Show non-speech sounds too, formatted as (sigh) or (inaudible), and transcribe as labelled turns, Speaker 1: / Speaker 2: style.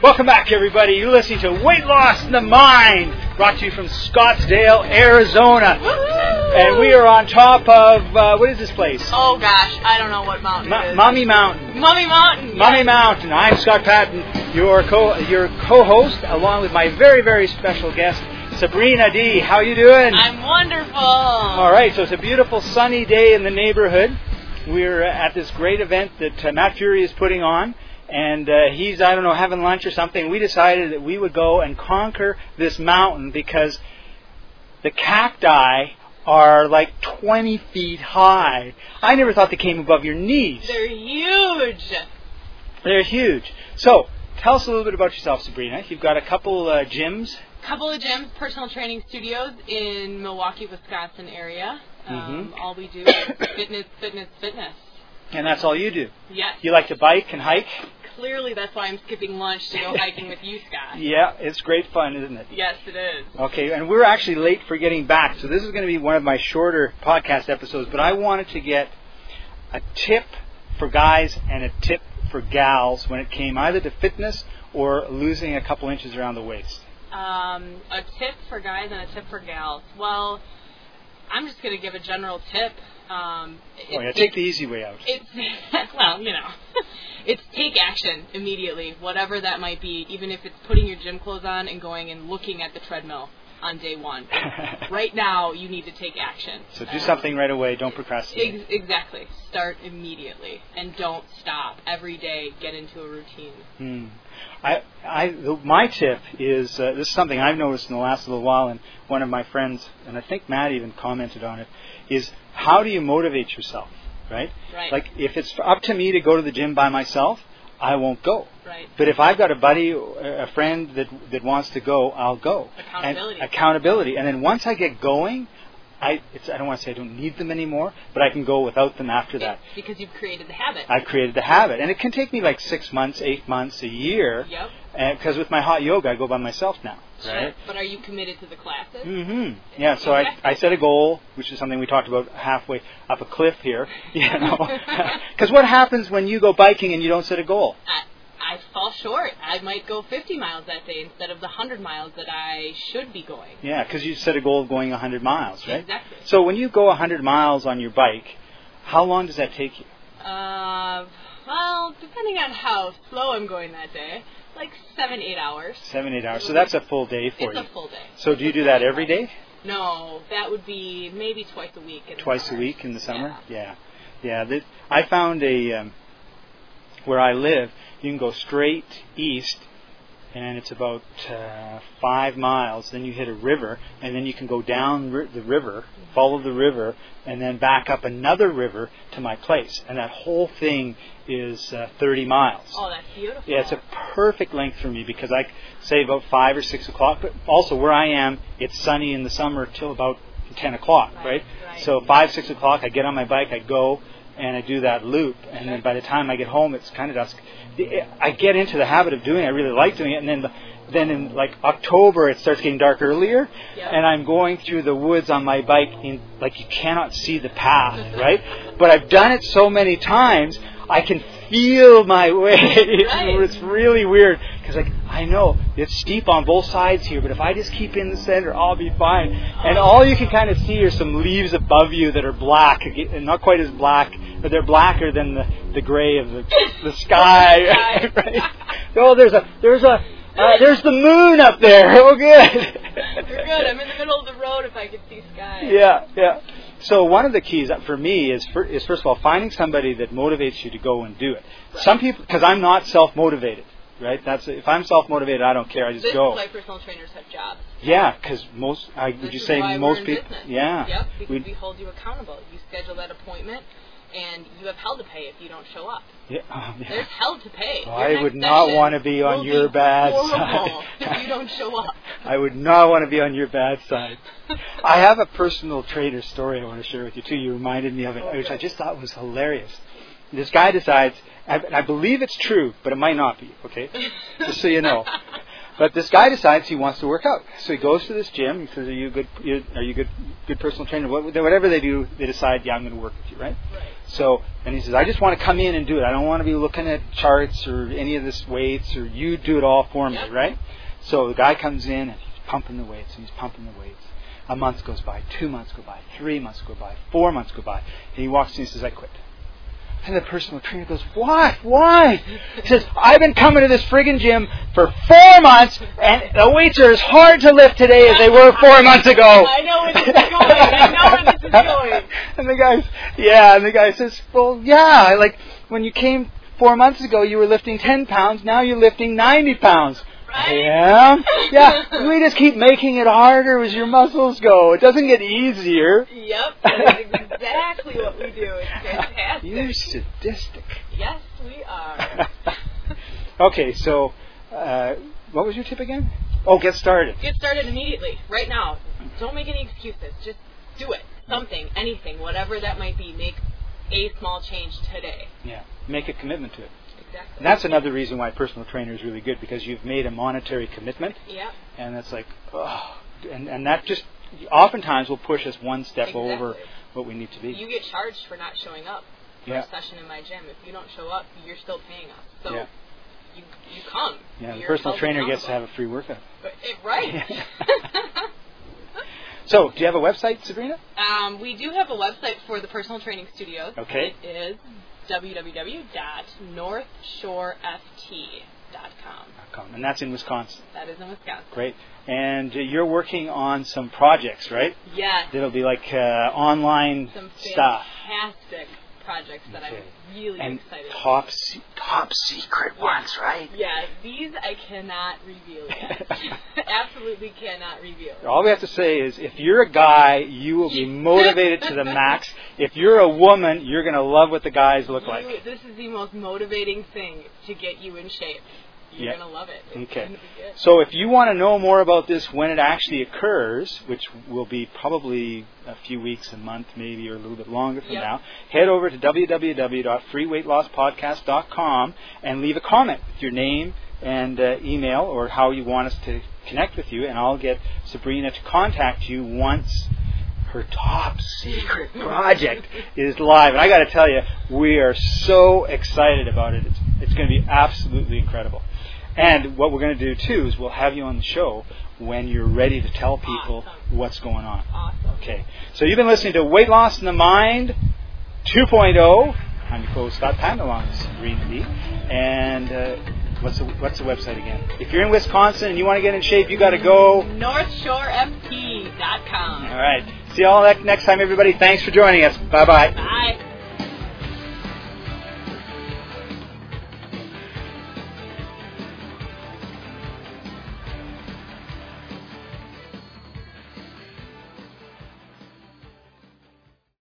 Speaker 1: Welcome back, everybody. You're listening to Weight Loss in the Mind, brought to you from Scottsdale, Arizona. And we are on top of, uh, what is this place?
Speaker 2: Oh gosh, I don't know what mountain it
Speaker 1: Mu-
Speaker 2: is.
Speaker 1: Mummy Mountain.
Speaker 2: Mummy Mountain.
Speaker 1: Mummy Mountain. I'm Scott Patton, your, co- your co-host, along with my very, very special guest, Sabrina D. How you doing?
Speaker 2: I'm wonderful.
Speaker 1: All right, so it's a beautiful sunny day in the neighborhood. We're at this great event that uh, Matt Fury is putting on, and uh, he's, I don't know, having lunch or something. We decided that we would go and conquer this mountain because the cacti are like 20 feet high. I never thought they came above your knees.
Speaker 2: They're huge.
Speaker 1: They're huge. So, tell us a little bit about yourself, Sabrina. You've got a couple uh, gyms.
Speaker 2: Couple of gyms, personal training studios in Milwaukee, Wisconsin area. Um,
Speaker 1: Mm-hmm.
Speaker 2: All we do
Speaker 1: (coughs)
Speaker 2: is fitness, fitness, fitness.
Speaker 1: And that's all you do.
Speaker 2: Yes.
Speaker 1: You like to bike and hike?
Speaker 2: Clearly, that's why I'm skipping lunch to go hiking with you, Scott.
Speaker 1: Yeah, it's great fun, isn't it?
Speaker 2: Yes, it is.
Speaker 1: Okay, and we're actually late for getting back, so this is going to be one of my shorter podcast episodes, but I wanted to get a tip for guys and a tip for gals when it came either to fitness or losing a couple inches around the waist.
Speaker 2: Um, a tip for guys and a tip for gals. Well, I'm just going to give a general tip. Um,
Speaker 1: Oh, yeah,
Speaker 2: it-
Speaker 1: take the easy way out.
Speaker 2: It's (laughs) well, you know, it's take action immediately, whatever that might be, even if it's putting your gym clothes on and going and looking at the treadmill on
Speaker 1: (laughs)
Speaker 2: day one. right now, you need to take action.
Speaker 1: so do something right away, don't procrastinate.
Speaker 2: Ex- exactly. Start immediately and don't stop. Every day, get into a routine.
Speaker 1: Hmm. I, I, the, my tip is uh, this is something I've noticed in the last little while, and one of my friends, and I think Matt even commented on it, is how do you motivate yourself, right?
Speaker 2: Right.
Speaker 1: Like if it's up to me to go to the gym by myself, I won't go.
Speaker 2: right.
Speaker 1: But if I've got a buddy, or a friend that that wants to go, I'll go.
Speaker 2: Accountability.
Speaker 1: And accountability. And then once I get going, I it's, I don't want to say I don't need them anymore, but I can go without them after that.
Speaker 2: It's because you've created the habit.
Speaker 1: I've created the habit, and it can take me like six months, eight months, a year.
Speaker 2: yep.
Speaker 1: Because with my hot yoga, I go by myself now. Right.
Speaker 2: Sure. But are you committed to the classes?
Speaker 1: Mm-hmm. Yeah, so I, I set a goal, which is something we talked about halfway up a cliff here, (laughs) you know. Because what happens when you go biking and you don't set a goal?
Speaker 2: I, I fall short. I might go 50 miles that day instead of the 100 miles that I should be going.
Speaker 1: Yeah, because you set a goal of going 100 miles, right?
Speaker 2: Exactly.
Speaker 1: So when you go 100 miles on your bike, how long does that take you?
Speaker 2: Uh, well, depending on how slow I'm going that day, like seven, eight hours.
Speaker 1: Seven, eight hours. So that's a full day for
Speaker 2: it's
Speaker 1: you.
Speaker 2: a full day.
Speaker 1: So do you do that every day?
Speaker 2: No, that would be maybe twice a week. in the
Speaker 1: twice a
Speaker 2: summer.
Speaker 1: week in the summer. Yeah, yeah. that, I found a um, where I live. You can go straight east, and it's about uh, five miles. Then you hit a river, and then you can go down ri- the river, follow the river, and then back up another river to my place. And that whole thing is uh, 30 miles.
Speaker 2: Oh, that's beautiful.
Speaker 1: Yeah, it's a perfect length for me because I say about five or six o'clock. But also where I am, it's sunny in the summer till about ten o'clock, right?
Speaker 2: Right, right.
Speaker 1: So five, six o'clock, I get on my bike, I go, and I do that loop, and then by the time I get home, it's kind of dusk. The- I get into the habit of doing. it. I really like doing it, and then. The, then in like October it starts getting dark earlier,
Speaker 2: Yeah.
Speaker 1: and I'm going through the woods on my bike in like you cannot see the
Speaker 2: (laughs)
Speaker 1: path, right? But I've done it so many times, I can feel my (laughs) way.
Speaker 2: Right.
Speaker 1: it's really weird because like I know it's steep on both sides here, but if I just keep in the center, I'll be fine. And all you can kind of see are some leaves above you that are black and not quite as black, but they're blacker than the, the gray of the
Speaker 2: (laughs)
Speaker 1: the sky.
Speaker 2: Sky.
Speaker 1: (laughs) right? Oh, there's a there's a uh, there's the moon up there. (laughs) Oh, good.
Speaker 2: You're good. I'm in the middle of the road if I could see sky.
Speaker 1: Yeah, yeah. So one of the keys for me is for, is first of all finding somebody that motivates you to go and do it. Some people, because I'm not self motivated, right? That's if I'm self motivated, I don't care. I just
Speaker 2: This
Speaker 1: go.
Speaker 2: is why personal trainers have jobs.
Speaker 1: yeah, because most. I,
Speaker 2: This
Speaker 1: would you
Speaker 2: is
Speaker 1: say
Speaker 2: why
Speaker 1: most
Speaker 2: we're in
Speaker 1: people?
Speaker 2: business.
Speaker 1: Yeah.
Speaker 2: Yep, because (laughs)
Speaker 1: We'd-
Speaker 2: we hold you accountable. You schedule that appointment, and you have hell to pay if you don't show up.
Speaker 1: yeah, oh, yeah.
Speaker 2: There's hell to pay.
Speaker 1: Oh,
Speaker 2: Your
Speaker 1: I
Speaker 2: next
Speaker 1: would not
Speaker 2: session
Speaker 1: wanna be on
Speaker 2: will
Speaker 1: your
Speaker 2: be
Speaker 1: bad
Speaker 2: horrible
Speaker 1: side.
Speaker 2: (laughs) if you don't show up.
Speaker 1: I would not want to be on your bad side. I have a personal trainer story I want to share with you too. You reminded me of it, which I just thought was hilarious. This guy decides, I, I believe it's true, but it might not be. Okay, (laughs) just so you
Speaker 2: (laughs)
Speaker 1: know. But this guy decides he wants to work out, so he goes to this gym. He says, "Are you a good? you- Are you a good? Good personal trainer? What- Whatever they do, they decide, yeah, I'm going to work with you, right?"
Speaker 2: Right.
Speaker 1: So, and he says, I just want to come in and do it. I don't want to be looking at charts or any of this weights or you do it all for me,
Speaker 2: Yep.
Speaker 1: right? So the guy comes in and he's pumping the weights and he's pumping the weights. A month goes by, two months go by, three months go by, four months go by, and he walks in and says, I quit. And the personal trainer goes, Why? Why? He says, I've been coming to this friggin' gym for four months, and the weights are as hard to lift today as they were four months ago.
Speaker 2: (laughs) I know where this is going. I know where this is going.
Speaker 1: (laughs) And the guy, yeah, and the guy says, well, yeah, like when you came four months ago, you were lifting 10 pounds, now you're lifting 90 pounds.
Speaker 2: Right?
Speaker 1: Yeah,
Speaker 2: (laughs)
Speaker 1: yeah. We just keep making it harder as your muscles go. It doesn't get easier.
Speaker 2: Yep,
Speaker 1: (laughs)
Speaker 2: that is exactly what we do. It's fantastic.
Speaker 1: You're sadistic. (laughs)
Speaker 2: Yes, we are.
Speaker 1: okay, so uh, what was your tip again? Oh, get started.
Speaker 2: Get started immediately, right now. Don't make any excuses. Just do it. Something, anything, whatever that might be. Make a small change today.
Speaker 1: Yeah, make a commitment to it.
Speaker 2: Exactly.
Speaker 1: And that's another reason why personal trainer is really good because you've made a monetary commitment.
Speaker 2: Yep.
Speaker 1: and it's like, oh, and and that just oftentimes will push us one step
Speaker 2: exactly.
Speaker 1: over what we need to be.
Speaker 2: You get charged for not showing up for
Speaker 1: yeah,
Speaker 2: a session in my gym. If you don't show up, you're still paying us. So
Speaker 1: Yeah.
Speaker 2: you you come.
Speaker 1: yeah. The
Speaker 2: You're
Speaker 1: personal
Speaker 2: held
Speaker 1: trainer gets to have
Speaker 2: accountable.
Speaker 1: a free workout.
Speaker 2: But it- right.
Speaker 1: So, do you have a website, Sabrina?
Speaker 2: (laughs) Um, we do have a website for the personal training studios.
Speaker 1: Okay.
Speaker 2: It is www.northshoreft.com.
Speaker 1: .com, and that's in Wisconsin.
Speaker 2: That is in Wisconsin.
Speaker 1: Great. And uh, you're working on some projects, right?
Speaker 2: Yes.
Speaker 1: That'll be like uh, online
Speaker 2: Some
Speaker 1: stuff
Speaker 2: fantastic projects that
Speaker 1: Okay.
Speaker 2: I'm really
Speaker 1: and
Speaker 2: excited about.
Speaker 1: top se- top secret ones, right?
Speaker 2: Yeah, these I cannot reveal yet.
Speaker 1: (laughs)
Speaker 2: (laughs) Absolutely cannot reveal.
Speaker 1: All we have to say is if you're a guy, you will be motivated to the max. If you're a woman, you're going to love what the guys look
Speaker 2: You-
Speaker 1: like.
Speaker 2: This is the most motivating thing to get you in shape. You're
Speaker 1: Yeah.
Speaker 2: gonna love it. It's
Speaker 1: Okay.
Speaker 2: gonna be good.
Speaker 1: So if you want to know more about this when it actually occurs, which will be probably a few weeks, a month maybe, or a little bit longer from
Speaker 2: Yep.
Speaker 1: now, head over to www.freeweightlosspodcast.com and leave a comment with your name and uh, email or how you want us to connect with you, and I'll get Sabrina to contact you once her top secret (laughs) project is live. And I got to tell you, we are so excited about it. It's, it's going to be absolutely incredible. And what we're going to do too is we'll have you on the show when you're ready to tell people
Speaker 2: Awesome.
Speaker 1: what's going on.
Speaker 2: Awesome.
Speaker 1: Okay. So you've been listening to Weight Loss in the Mind 2.0. I'm your co-host Scott Patton along with Sabrina Lee. And uh, what's the, what's the website again? If you're in Wisconsin and you want to get in shape, you got to go.
Speaker 2: NorthshoreFT.com.
Speaker 1: All right. See you all next time, everybody. Thanks for joining us. Bye bye.
Speaker 2: Bye.